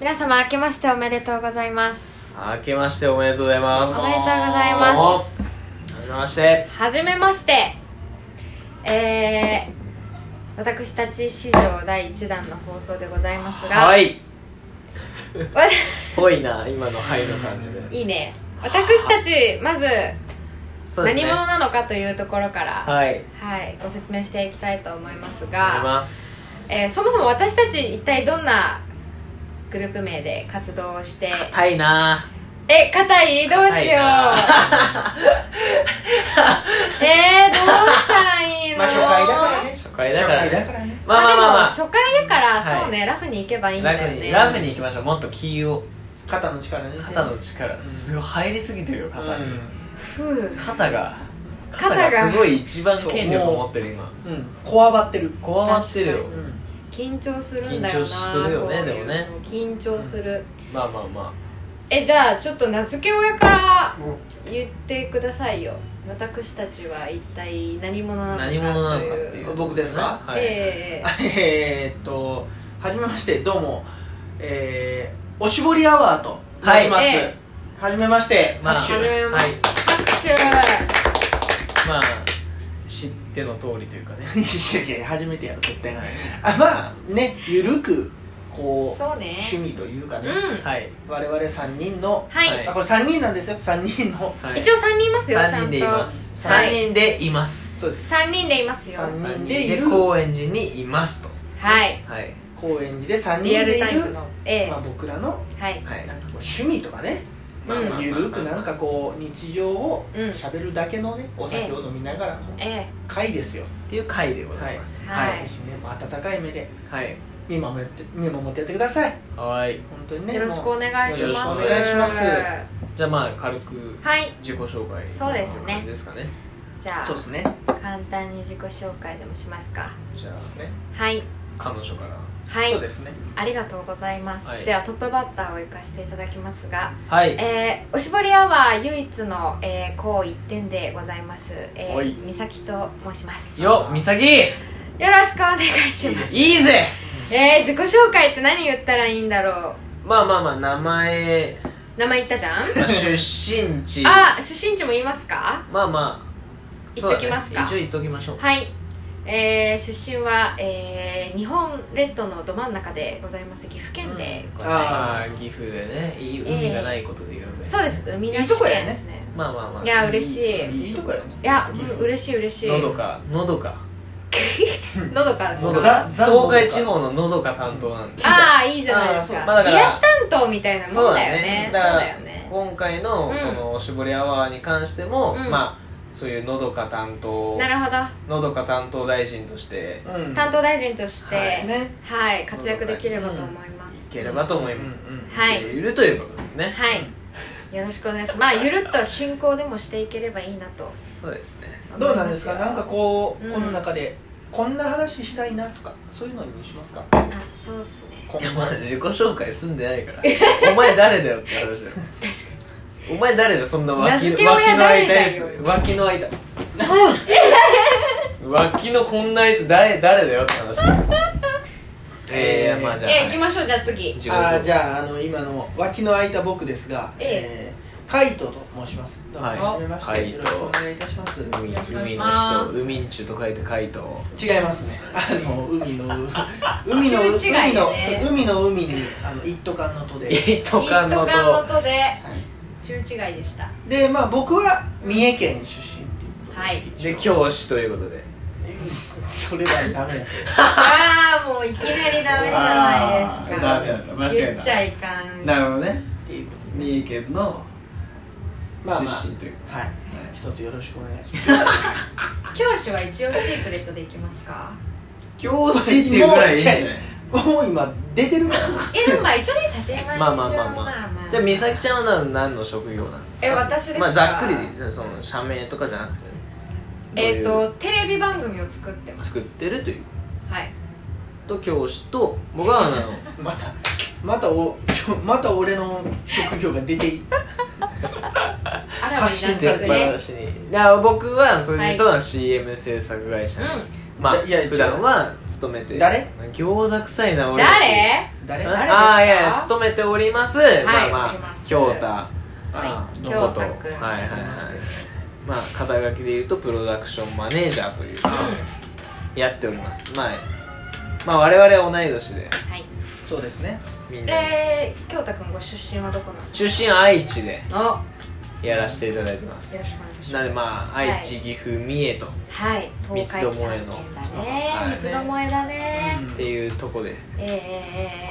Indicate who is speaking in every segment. Speaker 1: 皆様明けましておめでとうございます
Speaker 2: 明けましておめでとうございます
Speaker 1: おめでとうございます
Speaker 2: どうもはじめまして
Speaker 1: はじめましてえー、私たち史上第1弾の放送でございますが
Speaker 2: はい
Speaker 1: わ
Speaker 2: ぽいな今の「はい」の感じで
Speaker 1: いいね私たちまず
Speaker 2: そうです
Speaker 1: 何
Speaker 2: ね
Speaker 1: 者なのかというところから
Speaker 2: はい
Speaker 1: はいご説明していきたいと思います
Speaker 2: あり
Speaker 1: が
Speaker 2: ます
Speaker 1: えーそもそも私たち一体どんなグループ名で活動をして
Speaker 2: 硬いな
Speaker 1: え硬いどうしようえー、どうしたらいいの
Speaker 3: まあ初回だから ね
Speaker 2: 初回だから
Speaker 3: 初回だからね
Speaker 2: まあまあまあま
Speaker 1: でも初回だから、
Speaker 2: はい
Speaker 1: そうねラフに行けばいいん
Speaker 2: あ
Speaker 1: だ
Speaker 2: ラ
Speaker 1: よ
Speaker 2: フに
Speaker 1: ね
Speaker 2: ラフに行きましょうもっと気を
Speaker 3: 肩の力ね
Speaker 2: 肩の力すごい入りすぎてるよ肩に
Speaker 1: ふう
Speaker 2: 肩が
Speaker 1: 肩が
Speaker 2: 肩がすごい一番権力を持ってる今
Speaker 3: うん、うん、こわばってる
Speaker 2: こわばってるよ
Speaker 1: 確
Speaker 3: ん
Speaker 1: 緊張するんだよな
Speaker 2: 緊張するよね
Speaker 1: こういうの
Speaker 2: でもね
Speaker 1: 緊張する、
Speaker 2: まあまあま
Speaker 1: えじゃあちょっと名付け親から言ってくださいよ私たちは一体何者なの
Speaker 2: あ
Speaker 1: かと
Speaker 2: 何
Speaker 1: いう
Speaker 2: 者なのかっていう
Speaker 3: 僕ですか
Speaker 2: はい
Speaker 1: ええ
Speaker 3: えーっとはじめましてどうもえー、おしぼりアワーと
Speaker 2: は
Speaker 3: 申
Speaker 2: い
Speaker 3: します、は
Speaker 1: え
Speaker 3: じめまして、
Speaker 2: まあ
Speaker 3: 拍手
Speaker 1: はじめまして、拍手
Speaker 2: まあ知っての通りというかね
Speaker 3: いやいや 初めてやる絶対、
Speaker 2: は
Speaker 3: あまあねゆるくこう
Speaker 1: そうね
Speaker 3: 趣味というかね、
Speaker 1: うん
Speaker 2: はい
Speaker 3: 我々3人の、
Speaker 1: はい、
Speaker 2: はい
Speaker 3: あこれ3人なんですよ3人の
Speaker 2: はい
Speaker 1: 一応3人いますよちゃんと
Speaker 2: 3人でいます
Speaker 1: は
Speaker 2: 3人でいます
Speaker 3: そうです
Speaker 1: 3人でいますよ
Speaker 3: 三
Speaker 2: 3人
Speaker 3: 人でい
Speaker 2: で
Speaker 3: る
Speaker 2: 高円寺にいます
Speaker 1: はい
Speaker 2: とはい
Speaker 3: 高円寺で3人
Speaker 1: リア
Speaker 3: で
Speaker 1: ル
Speaker 3: い
Speaker 1: タイム
Speaker 3: る、
Speaker 1: のええ
Speaker 3: まあ、僕らの
Speaker 1: はい
Speaker 2: はい
Speaker 3: なんかこう趣味とかね
Speaker 2: まあまあまあまあ
Speaker 3: ゆるくなんかこう日常を
Speaker 1: うん
Speaker 3: 喋るだけのねお酒を飲みながらの
Speaker 1: え
Speaker 3: 会ですよ、
Speaker 2: っていう回でございます
Speaker 1: はい
Speaker 2: はい
Speaker 3: ぜひねもう温かい目で
Speaker 2: はい
Speaker 3: 見守って見守ってやってください
Speaker 2: はい
Speaker 3: 本当に
Speaker 1: え
Speaker 3: ね
Speaker 1: よろしくお願いしま
Speaker 2: よろ
Speaker 1: す
Speaker 2: しくお願い
Speaker 3: します
Speaker 2: じゃあまあ軽く
Speaker 1: はい
Speaker 2: 自己紹介
Speaker 1: そうですね
Speaker 2: こんな感じですかね
Speaker 1: じゃ
Speaker 3: もうそうで
Speaker 1: あ
Speaker 3: すね
Speaker 1: 簡単に自己紹介でもしますか
Speaker 2: じゃあ
Speaker 3: ね
Speaker 1: はい
Speaker 2: 彼女から
Speaker 1: はい
Speaker 3: そうですね
Speaker 1: ありがとうございます、
Speaker 2: はい
Speaker 1: ではトップバッターを行かせていただきますが、
Speaker 2: はい
Speaker 1: えー、おしぼりアワー唯一の、えー、こう一点でございます、え
Speaker 2: はい
Speaker 1: ー、美咲と申しますよ
Speaker 2: よっ美咲
Speaker 1: ろしくお願いします
Speaker 2: いいぜ
Speaker 1: えー、自己紹介って何言ったらいいんだろう
Speaker 2: まあまあまあ名前
Speaker 1: 名前言ったじゃん
Speaker 2: まあ出身地
Speaker 1: あ出身地も言いますか
Speaker 2: まあまあ
Speaker 1: 言っときますか
Speaker 2: そうだね一応言っときましょう
Speaker 1: はい、えー、出身は、えー、日本列島のど真ん中でございます岐阜県でございま
Speaker 2: ああ岐阜でねいい海がないことで有名
Speaker 1: す、そうです海なし
Speaker 3: いいとこや
Speaker 1: 県
Speaker 3: ね
Speaker 1: ですね
Speaker 2: まあまあまあ
Speaker 1: いや嬉しい
Speaker 3: いいとこやね
Speaker 1: いや、うん、嬉しい嬉しい
Speaker 2: のどかのどか
Speaker 1: のどかです
Speaker 2: の
Speaker 3: 喉
Speaker 2: ど
Speaker 3: ザ
Speaker 2: か
Speaker 3: ザ
Speaker 2: 東海地方ののどか担当なんで
Speaker 1: ああいいじゃないです
Speaker 3: あー
Speaker 1: か
Speaker 3: そう
Speaker 2: まあだから
Speaker 1: 癒し担当みたいなもんだよねそう
Speaker 2: だから
Speaker 1: だよね
Speaker 2: 今回の
Speaker 1: うん
Speaker 2: このおしぼりアワーに関しても、
Speaker 1: うん
Speaker 2: まあそういうのどか担当
Speaker 1: なるほど
Speaker 2: のどか担当大臣として
Speaker 3: うん
Speaker 1: 担当大臣として
Speaker 2: はい
Speaker 3: ですね
Speaker 1: はい活躍できればと思います
Speaker 2: いければと思います、
Speaker 3: うんうん
Speaker 1: はい
Speaker 2: いるということですね
Speaker 1: はいよろしくお願いしますまあゆるっと進行でもしていければいいなと
Speaker 2: そうですね
Speaker 3: どうなんですかなんかこう、
Speaker 1: うん
Speaker 3: この中でこんな話したいなとかそういうのにしますか
Speaker 1: あそうっすね
Speaker 3: 今
Speaker 2: い
Speaker 3: 後
Speaker 2: やまだ自己紹介済んでないからお前誰だよって話だよお前誰だよそんな
Speaker 1: 名
Speaker 2: 脇
Speaker 1: 付
Speaker 2: の
Speaker 1: け
Speaker 2: 脇
Speaker 1: 親
Speaker 2: の開い
Speaker 1: 誰
Speaker 2: た
Speaker 1: だ
Speaker 2: や
Speaker 1: よ
Speaker 2: つ脇の開いた脇のこんなやつ誰誰だよって話ええまあじゃあ、
Speaker 1: え行きましょうじゃあ次
Speaker 2: 自己紹
Speaker 3: あ
Speaker 2: 介
Speaker 3: ーじゃああの今の脇の空いた僕ですが、
Speaker 1: え
Speaker 3: えーカイトと申します。どうも
Speaker 2: はい
Speaker 3: はめまして、
Speaker 2: カイト
Speaker 3: よろしくお願いいたします。
Speaker 2: 海
Speaker 1: よろしくお願いし
Speaker 2: 海
Speaker 1: ま
Speaker 2: の
Speaker 1: す
Speaker 2: 人海んちゅと書いて海と
Speaker 3: 違いますね。あの海の 海の
Speaker 1: 中違い
Speaker 3: 海
Speaker 1: よ
Speaker 3: の
Speaker 1: ね
Speaker 3: そう海の海にあの一斗缶のとで。
Speaker 2: 一斗缶の
Speaker 1: 一斗缶
Speaker 2: と
Speaker 1: のとで中違いで した
Speaker 3: でまあ僕は三重県出身っていうことで。
Speaker 1: はい
Speaker 2: で教師ということで
Speaker 3: それはダメだ。
Speaker 1: ああもういきなりダメじゃないです
Speaker 2: ダ
Speaker 1: か
Speaker 2: メだった
Speaker 1: 言っちゃいかん
Speaker 2: なるほどね
Speaker 3: っていうことで。
Speaker 2: 三重県の
Speaker 3: まあまあ
Speaker 2: 出身という
Speaker 3: はい。
Speaker 2: はい
Speaker 3: 一つよろしくお願い します。
Speaker 1: 教師は一応シークレットでいきますか
Speaker 2: 教師っていうぐらいいいんじゃない
Speaker 3: もう今出てるから。
Speaker 1: えでもまあ一応ね建前上
Speaker 2: まあまあまあまあじゃあ美咲ちゃんは何何の職業なんですか
Speaker 1: え私ですか
Speaker 2: まあざっくりでいいじゃあその社名とかじゃなくてね
Speaker 1: えっ、
Speaker 2: どうい
Speaker 1: とテレビ番組を作ってま
Speaker 2: う
Speaker 1: す
Speaker 2: 作ってるという
Speaker 1: はい
Speaker 2: と教師と僕は あの
Speaker 3: またまたお ちょまた俺の職業が出てい
Speaker 1: あらわになっ
Speaker 3: 発信さ
Speaker 1: て
Speaker 3: れ
Speaker 1: く
Speaker 3: て
Speaker 2: ば
Speaker 1: ね
Speaker 2: らしにだから僕はそれで言うと CM 制作会社
Speaker 1: う
Speaker 2: に
Speaker 1: ん
Speaker 2: まあ
Speaker 3: いやいや
Speaker 2: 普段は勤めて
Speaker 3: 誰
Speaker 2: 餃子臭いな俺たち
Speaker 1: 誰誰
Speaker 3: 誰
Speaker 1: です
Speaker 2: あ
Speaker 1: か
Speaker 2: あいやいや勤めております、
Speaker 1: はい
Speaker 2: まあ
Speaker 1: おり
Speaker 2: まあ
Speaker 1: ます
Speaker 2: 京太は
Speaker 1: はい
Speaker 2: のこと
Speaker 1: 京太くん
Speaker 2: はいはいはいまあ肩書きで言うとプロダクションマネージャーというか、やっておりますまあまあ我々は同い年で
Speaker 1: はい
Speaker 3: そうですね
Speaker 2: みんな、
Speaker 1: えー、京太くんご出身はどこなんです
Speaker 2: 出身愛知で
Speaker 1: かおよ
Speaker 2: やらせていただいてます
Speaker 1: ろしくお願いし
Speaker 2: な
Speaker 1: ま
Speaker 2: の
Speaker 1: す
Speaker 2: でまあ
Speaker 1: はい
Speaker 2: 愛知、岐阜三重とっ
Speaker 1: はい東海三県だね
Speaker 2: はい
Speaker 1: 三つどもえだね、
Speaker 3: うん
Speaker 2: ていうとこで
Speaker 1: えー、えー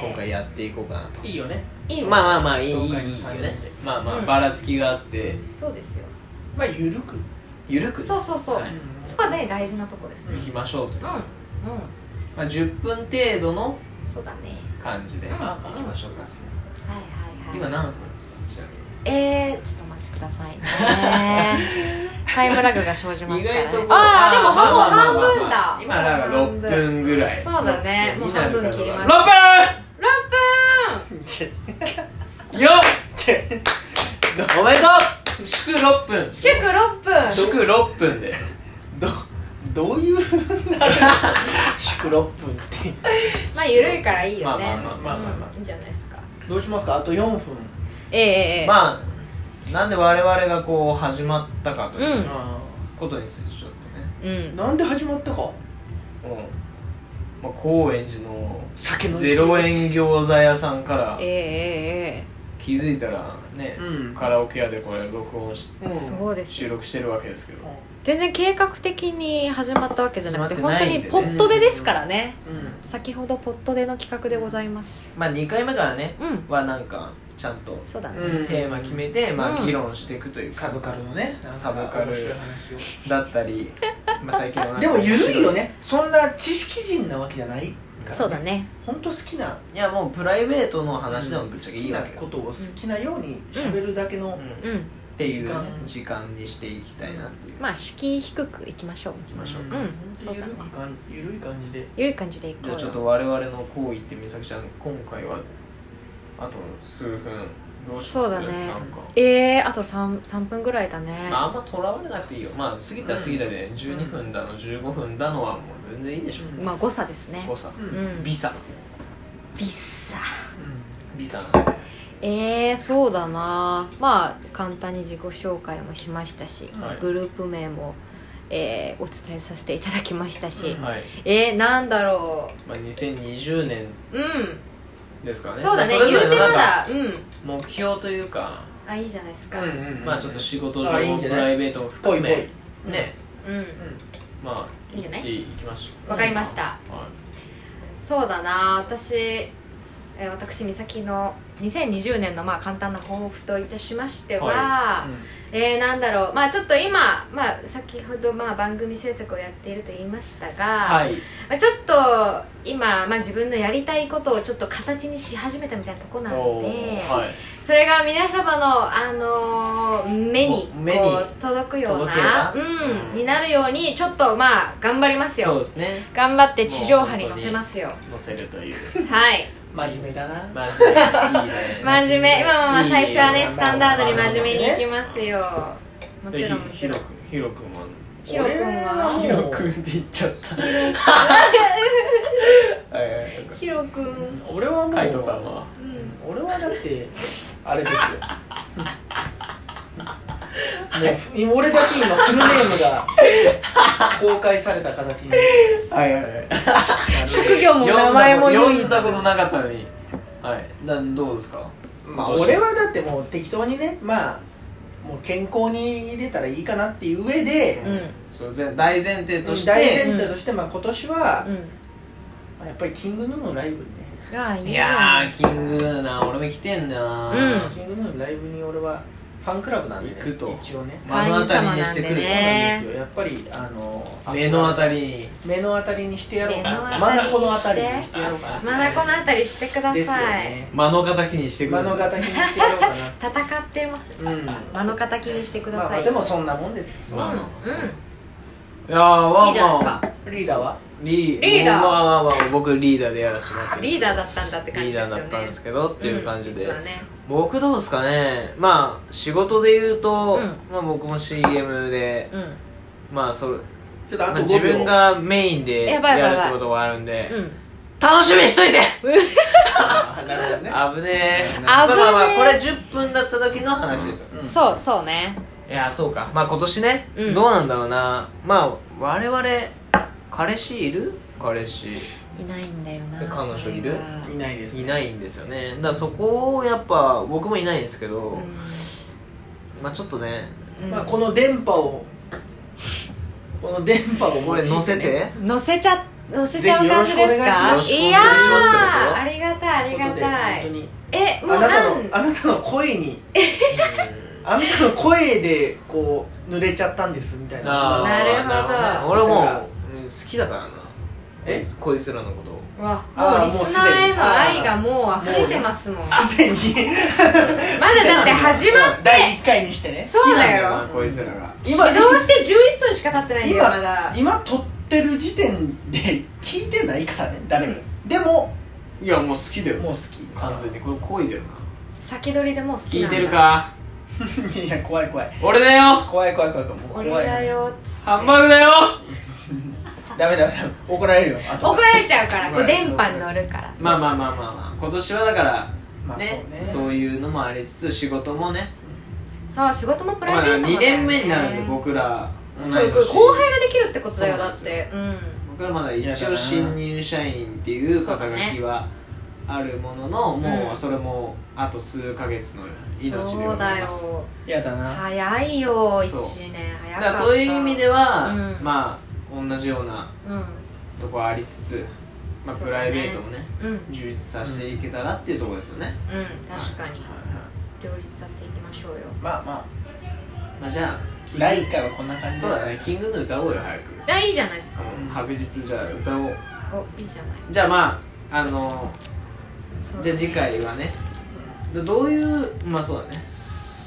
Speaker 1: えー
Speaker 2: 今回やっていこうかなと、
Speaker 3: いいよね
Speaker 1: いいぞ
Speaker 2: まあまあまあいいいいいい
Speaker 3: 東
Speaker 2: よ
Speaker 3: 海の三
Speaker 2: ね
Speaker 3: 県で
Speaker 2: まあまあ、
Speaker 1: うん
Speaker 2: ばらつきがあって
Speaker 1: そうですよ
Speaker 3: まあゆるく
Speaker 2: ゆるく
Speaker 1: そうそうそう、
Speaker 2: はい
Speaker 1: そこはね大事なとこです
Speaker 2: 行
Speaker 1: ね
Speaker 2: きましょうという、
Speaker 1: うん
Speaker 2: ま
Speaker 1: うん、
Speaker 2: あ、10分程度の
Speaker 1: そうだね
Speaker 2: 感じで、
Speaker 1: うん
Speaker 2: まあ行きましょうか、
Speaker 1: はいはいはい
Speaker 2: 今何分ですかちなみに
Speaker 1: えー、ちょっとお待ちくださいね タイムラグが生じますからね
Speaker 2: 意外と
Speaker 1: ああでも
Speaker 2: ま
Speaker 1: ほぼ
Speaker 2: まあ
Speaker 1: 半
Speaker 2: まあまあ
Speaker 1: 分だ
Speaker 2: 今だから6分ぐらい
Speaker 1: そうだねもう半分切りました
Speaker 2: た
Speaker 1: 6分
Speaker 2: 6分よっおめでとう祝6分
Speaker 1: 祝6分
Speaker 2: 祝6分で
Speaker 3: どどういうふうになるんですか祝6分って
Speaker 1: まあ緩いからいいよね
Speaker 2: まあまあまあまあまあまあ
Speaker 1: うんいいんじゃないですか
Speaker 3: どうしますかあと4分
Speaker 1: ええええ
Speaker 2: まあなんで我々がこう始まったかといううん
Speaker 3: あ
Speaker 2: ことについてちょっ
Speaker 1: う
Speaker 3: ー
Speaker 1: ん
Speaker 3: なんで始まったか
Speaker 2: とね、うんまあ、高円寺の
Speaker 3: 酒の勢い
Speaker 2: 0円餃子屋さんから
Speaker 1: ええええ
Speaker 2: 気づいたらね、
Speaker 3: うん
Speaker 2: カラオケ屋でこれ録音し
Speaker 3: うん
Speaker 1: ええそうです
Speaker 2: 収録してるわけですけど
Speaker 1: 全然計画的に始まったわけじゃなくて
Speaker 2: 始ま
Speaker 1: 本
Speaker 2: っ
Speaker 1: 当
Speaker 2: てな
Speaker 1: に
Speaker 2: いんでね
Speaker 1: ポットでですからね
Speaker 3: うん
Speaker 1: 先ほどポットでの企画でございます
Speaker 2: まあ2回目からね
Speaker 1: うん
Speaker 2: はなんかちゃんと
Speaker 1: そうだね、
Speaker 3: うん
Speaker 2: テーマ決めて、ま
Speaker 1: う
Speaker 2: あ
Speaker 1: ん
Speaker 2: 議論していくというか、
Speaker 3: サブカルのねなんか
Speaker 2: サブカル
Speaker 3: 面白い話を
Speaker 2: だったり、まあ、最近は
Speaker 3: でもゆるいよねそんな知識人なわけじゃないから、
Speaker 1: そうだね
Speaker 3: 本当好きない
Speaker 2: やもうプライベートの話でもぶっちゃけいいわ
Speaker 3: 好
Speaker 2: け
Speaker 3: き
Speaker 2: よ、
Speaker 3: なことを好きなように喋るだけの、
Speaker 2: うん
Speaker 1: うん
Speaker 2: っていうね
Speaker 3: 時
Speaker 2: 時間にしていきたいなっていう、
Speaker 1: まあ敷居低くいきましょう
Speaker 2: 行きましょう、
Speaker 1: ん
Speaker 3: ゆるくかんゆるい感じで
Speaker 1: 緩い感じでいこう
Speaker 2: じゃ
Speaker 1: よ
Speaker 2: あちょっと我々の行為って美咲ちゃん今回はあと数分どうします
Speaker 1: そうだね
Speaker 2: なんか
Speaker 1: えー、あと 3, 3分ぐらいだね、
Speaker 2: まあ、あんまとらわれなくていいよまあ過ぎたら過ぎたで12分だの15分だのはもう全然いいでしょ、
Speaker 3: うん
Speaker 1: まあ誤差ですね
Speaker 2: 誤差
Speaker 3: うん
Speaker 1: う
Speaker 3: うん
Speaker 1: ん
Speaker 2: ビサ
Speaker 1: ビッサ
Speaker 2: ビサなんで
Speaker 1: えー、そうだなまあ簡単に自己紹介もしましたし、
Speaker 2: はい
Speaker 1: グループ名も、えーお伝えさせていただきましたし、
Speaker 3: うん
Speaker 2: はい、
Speaker 1: えー、なんだろ
Speaker 2: まあ、2020年
Speaker 1: ううん
Speaker 2: ですからね
Speaker 1: そうだね
Speaker 2: まあそれぞ
Speaker 1: 言
Speaker 2: れ
Speaker 1: うて
Speaker 2: の
Speaker 1: ま
Speaker 2: なんか
Speaker 1: だうん
Speaker 2: 目標というか、
Speaker 1: あいいじゃないですか
Speaker 3: うんうんうん
Speaker 2: まあちょっと仕事上
Speaker 3: あいいんじ
Speaker 2: プ
Speaker 3: ゃない
Speaker 2: ライベートも
Speaker 3: ぽ
Speaker 2: 含
Speaker 3: いぽ
Speaker 2: め
Speaker 3: いぽい
Speaker 2: ね
Speaker 1: うん
Speaker 2: まあ
Speaker 1: いいんじゃない
Speaker 2: 行っていきましょう
Speaker 1: わかりました
Speaker 2: は
Speaker 1: そうだな私、えー私美咲の2020年のまあ簡単な抱負といたしましては、
Speaker 2: は
Speaker 1: えー、なんだろうまあちょっと今、まあ、先ほどまあ番組制作をやっていると言いましたが、
Speaker 2: はい、
Speaker 1: まあ、ちょっと今、まあ、自分のやりたいことをちょっと形にし始めたみたいなとこなの
Speaker 2: お
Speaker 1: で、
Speaker 2: ーはい
Speaker 1: それが皆様の、あのー目に
Speaker 2: お目に
Speaker 1: こう届くよう
Speaker 2: 届けば
Speaker 1: な、うん
Speaker 2: うん
Speaker 1: になるようにちょっとまあ頑張ります
Speaker 2: そう
Speaker 1: よ
Speaker 2: ですね
Speaker 1: 頑張って地上波に乗せますよ
Speaker 2: 乗せると いう
Speaker 1: はい
Speaker 3: 真面目だな
Speaker 2: マジでいいね
Speaker 1: 真面目まあまあまあ
Speaker 2: いい
Speaker 1: 最初はね
Speaker 3: いい
Speaker 1: スタンダードに真面目にいきますよもちろんも
Speaker 2: ひ
Speaker 1: ち
Speaker 2: ろ
Speaker 1: ろん
Speaker 2: くひろくんは
Speaker 1: ヒロ君は
Speaker 2: ひ
Speaker 3: 俺
Speaker 2: ろ
Speaker 3: はも
Speaker 2: くん
Speaker 3: う
Speaker 2: って言っちゃ ったはいはいはい
Speaker 1: ヒロ君うん
Speaker 3: 俺はもう
Speaker 2: カイトさんは
Speaker 3: 俺はだってあれですよもう俺だけ今フルネームが公開された形に
Speaker 2: はいはいはい
Speaker 1: 職業も名前も
Speaker 2: 読
Speaker 1: 言
Speaker 2: ん
Speaker 1: う
Speaker 2: だことなかったのにはいなんどうですか
Speaker 3: まあ俺はだってもう適当にねまあもう健康に入れたらいいかなっていう上で、
Speaker 1: うん
Speaker 2: そうぜ大前提とし
Speaker 3: 大
Speaker 2: て
Speaker 3: 前提として、まあ、今年は、
Speaker 1: う
Speaker 3: まあ、やっぱりキングヌーのライブに
Speaker 1: ん
Speaker 3: ね、
Speaker 1: ああいい
Speaker 2: い
Speaker 1: じゃ
Speaker 2: や
Speaker 1: ん
Speaker 2: ーキングヌーな俺も来てんだな
Speaker 1: うん
Speaker 3: キングヌーのライブに俺はファンクラブなんで、ね、
Speaker 2: 行くと
Speaker 3: 一応ね
Speaker 2: 目の当たりにしてくる
Speaker 1: 会員様なんでね
Speaker 3: そうなんですよやっぱりあの
Speaker 2: 目の当たりに
Speaker 3: 目の当たりにしてやろうか
Speaker 1: 目
Speaker 3: な
Speaker 1: の
Speaker 3: ま
Speaker 1: 当たりに
Speaker 3: だ
Speaker 1: して
Speaker 3: この当たりにしてやろうかな
Speaker 1: まだこの辺りしてくだ
Speaker 3: ですよ
Speaker 1: さい、
Speaker 3: ね
Speaker 2: 目の敵にしてく
Speaker 3: 目
Speaker 2: る
Speaker 3: の敵にしてやろうかな
Speaker 1: 戦ってます
Speaker 3: うん
Speaker 1: 間の敵にしてくだ
Speaker 3: まあま
Speaker 1: さ
Speaker 3: あ
Speaker 1: い、
Speaker 3: でもそんなもんです
Speaker 2: そ
Speaker 3: よ
Speaker 2: う
Speaker 1: うん
Speaker 2: な
Speaker 1: うん
Speaker 2: んですよいやーわ
Speaker 1: いいじゃないです
Speaker 2: まあ
Speaker 1: か
Speaker 3: リーダーは
Speaker 2: リー
Speaker 1: リーダー
Speaker 2: まあまあまあ僕リーダーでやらせてもらってるんです
Speaker 1: リー
Speaker 2: け
Speaker 1: ダー
Speaker 2: ど
Speaker 1: だったんだって感
Speaker 2: リ
Speaker 1: じ
Speaker 2: ー
Speaker 1: です
Speaker 2: ダ
Speaker 1: よね
Speaker 2: ーだったんですけどっていう感じで、
Speaker 1: うん実はね
Speaker 2: 僕どうですかねまあ仕事で言うと、
Speaker 1: うん
Speaker 2: まあ僕も CM で、
Speaker 1: うん
Speaker 2: まあそれ
Speaker 3: ちょっとあ
Speaker 2: まあ
Speaker 3: と5秒
Speaker 2: 自分がメインでや
Speaker 1: やばいやばい
Speaker 2: るってことがあるんで
Speaker 1: うん
Speaker 2: 楽しみにしといて
Speaker 3: あーなるほどね
Speaker 2: 危ねえ
Speaker 3: 危ねえ
Speaker 2: まあまあまあこれ10分だった時の話です、
Speaker 3: うん
Speaker 1: そうそうね
Speaker 2: いやそうかまあ今年ね、
Speaker 1: うん
Speaker 2: どうなんだろうなまあ我々彼氏いる彼氏
Speaker 1: いないんだよな
Speaker 2: え彼女いる
Speaker 1: それが
Speaker 3: いないです
Speaker 2: いないんですよねだからそこをやっぱ僕もいないんですけど、まあちょっとね
Speaker 1: うん
Speaker 3: まあ、この電波をこの電波を
Speaker 2: これ乗せて
Speaker 1: 乗せちゃ乗せちゃう感じです
Speaker 3: ぜ
Speaker 1: か
Speaker 2: ひ
Speaker 1: い
Speaker 2: よ
Speaker 1: や
Speaker 2: ろしくお願いします
Speaker 1: ーありがたいありがた
Speaker 3: という
Speaker 1: い
Speaker 3: こ
Speaker 1: えもう
Speaker 3: とで本当にあなたの
Speaker 1: あん
Speaker 3: あなたの声にあなたの声でこう濡れちゃったんですみたい
Speaker 2: あ
Speaker 3: な
Speaker 1: な
Speaker 2: ー
Speaker 1: るほど
Speaker 2: 俺もううん好きだからな
Speaker 3: え
Speaker 2: こいつらのことを
Speaker 1: わ
Speaker 3: あー
Speaker 1: もうリスナーへの愛がもう
Speaker 3: すで
Speaker 1: 溢
Speaker 3: に
Speaker 1: れてますもんます
Speaker 3: でに
Speaker 1: だだって始まっ
Speaker 3: 第
Speaker 1: て
Speaker 3: 1回にしてね
Speaker 1: そうだ
Speaker 2: 好きなん
Speaker 1: よ
Speaker 2: なこいつらが
Speaker 1: 指導して11分しか経ってないんだよまだ
Speaker 3: 今今撮ってる時点で聞いてないからね誰もでも
Speaker 2: いやもう好きだよ
Speaker 3: もう好
Speaker 2: 完全にこれ恋だよな
Speaker 1: 先取りでもう好きない
Speaker 2: 聞
Speaker 1: んだ
Speaker 2: てるか
Speaker 3: き いや怖い怖い
Speaker 2: 俺だよ
Speaker 3: 怖い怖い怖い怖いもう怖い
Speaker 1: 俺だよっつって
Speaker 2: ハンバーグだよ
Speaker 3: ダメダメダメ怒られるよ後
Speaker 1: 怒られちゃうからこ
Speaker 2: 怒ら
Speaker 1: う
Speaker 2: れちゃう
Speaker 1: 電波に乗るから
Speaker 2: まあまあまあまあまあ今年はだから
Speaker 3: まあ
Speaker 2: ね
Speaker 3: そうね
Speaker 2: そういうのもありつつ仕事もね
Speaker 1: そう仕事もプラ
Speaker 2: ま
Speaker 1: イ
Speaker 2: あ
Speaker 1: ベートもだよ
Speaker 2: 2
Speaker 1: ね
Speaker 2: 年目になるんで僕ら同い
Speaker 1: そう
Speaker 2: 年
Speaker 1: 後輩ができるってことだよ
Speaker 2: そう
Speaker 1: だ
Speaker 2: なん
Speaker 1: っ
Speaker 2: ですよ
Speaker 1: てうん
Speaker 2: 僕らまだ一応新入社員っていう肩書きはあるものの、
Speaker 1: そうだね
Speaker 2: もうそれもあと数ヶ月の命で
Speaker 1: そ
Speaker 2: ご
Speaker 1: う
Speaker 2: ざ
Speaker 1: だ
Speaker 2: い
Speaker 1: よ
Speaker 2: ます
Speaker 3: やだな
Speaker 1: 早いよ
Speaker 2: そう
Speaker 1: 1年早
Speaker 2: だ
Speaker 1: か
Speaker 2: か
Speaker 1: っ
Speaker 2: ら
Speaker 1: た
Speaker 2: そういう意味では、
Speaker 1: うん
Speaker 2: まあ同じような
Speaker 1: うん
Speaker 2: とこありつつ、まあ、
Speaker 1: そう
Speaker 2: プ
Speaker 1: だ
Speaker 2: ラ
Speaker 1: ね
Speaker 2: イベートもね
Speaker 1: うんうん
Speaker 2: 充実させていけたらっていうところですよね、
Speaker 1: 確かに
Speaker 2: はい
Speaker 1: 両立させていきましょうよ
Speaker 3: まあま
Speaker 2: はいはいまあじゃ
Speaker 3: あ第1回はこんな感
Speaker 2: あ
Speaker 3: じ
Speaker 2: そ
Speaker 3: で
Speaker 2: う
Speaker 3: す
Speaker 2: だねキングヌー歌おうよ早く
Speaker 1: あいいじゃないですか
Speaker 2: うん白日じゃあ歌おう
Speaker 1: おいいじゃない
Speaker 2: じゃあまああの
Speaker 1: そう
Speaker 2: じゃあ次回はねでどういうまあそうだね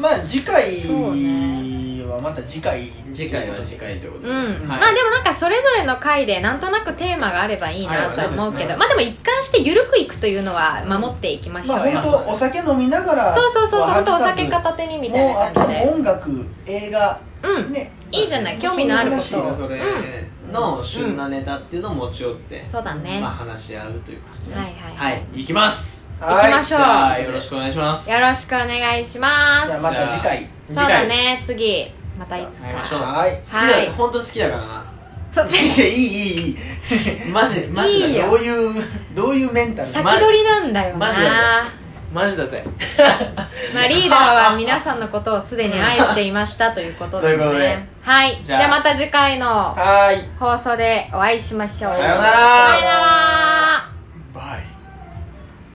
Speaker 3: まあ次回
Speaker 1: そうね
Speaker 3: はまた次回
Speaker 2: 次回は次回ってこと
Speaker 1: う
Speaker 2: で、
Speaker 1: ん、ま
Speaker 2: はい
Speaker 1: あでもなんかそれぞれの回でなんとなくテーマがあればいいなとは思うけど、
Speaker 3: はい
Speaker 1: まあでも一貫して緩くいくというのは守っていきましょ
Speaker 3: まあ
Speaker 1: うよ、
Speaker 3: 本当お酒飲みながら
Speaker 1: そうそうそうそう
Speaker 3: こ
Speaker 1: 本当お
Speaker 3: 外さず
Speaker 1: 酒片手にみたいな感じ
Speaker 3: もうあと
Speaker 1: で
Speaker 3: 音楽映画
Speaker 1: うん
Speaker 3: ね
Speaker 1: いいじゃない興味のあること
Speaker 3: そういう話を
Speaker 2: それの旬なネタっていうのを持ち寄って、
Speaker 1: そうだね、
Speaker 2: まあ、話し合うというか
Speaker 1: はいはい
Speaker 2: はい、行きます
Speaker 1: 行きまし
Speaker 2: じ
Speaker 1: ょう
Speaker 2: ゃあよろしくお願いします
Speaker 1: よろしくお願いしま
Speaker 3: じゃあ
Speaker 1: す
Speaker 3: また次回
Speaker 1: そう
Speaker 2: 次回
Speaker 1: だね次またいつ
Speaker 2: 会いまし
Speaker 1: か
Speaker 2: ょう
Speaker 3: はい
Speaker 2: 好きだ、
Speaker 1: はい
Speaker 2: 本当好きだからな
Speaker 1: そう
Speaker 3: いやいいいいいい
Speaker 2: マジマジだ
Speaker 1: いいよ
Speaker 3: どういうどういうメンタル
Speaker 1: 先取りなんだよな
Speaker 2: マジだマジだぜ
Speaker 1: まあ、リーダーは皆さんのことをすでに愛していましたということですね
Speaker 2: ということで
Speaker 1: はい
Speaker 2: じ
Speaker 1: じ
Speaker 2: ゃ
Speaker 1: ゃ
Speaker 2: あ
Speaker 1: あまた次回の
Speaker 3: はーい
Speaker 1: 放送でお会いしましょう
Speaker 2: さようなら
Speaker 1: さようなら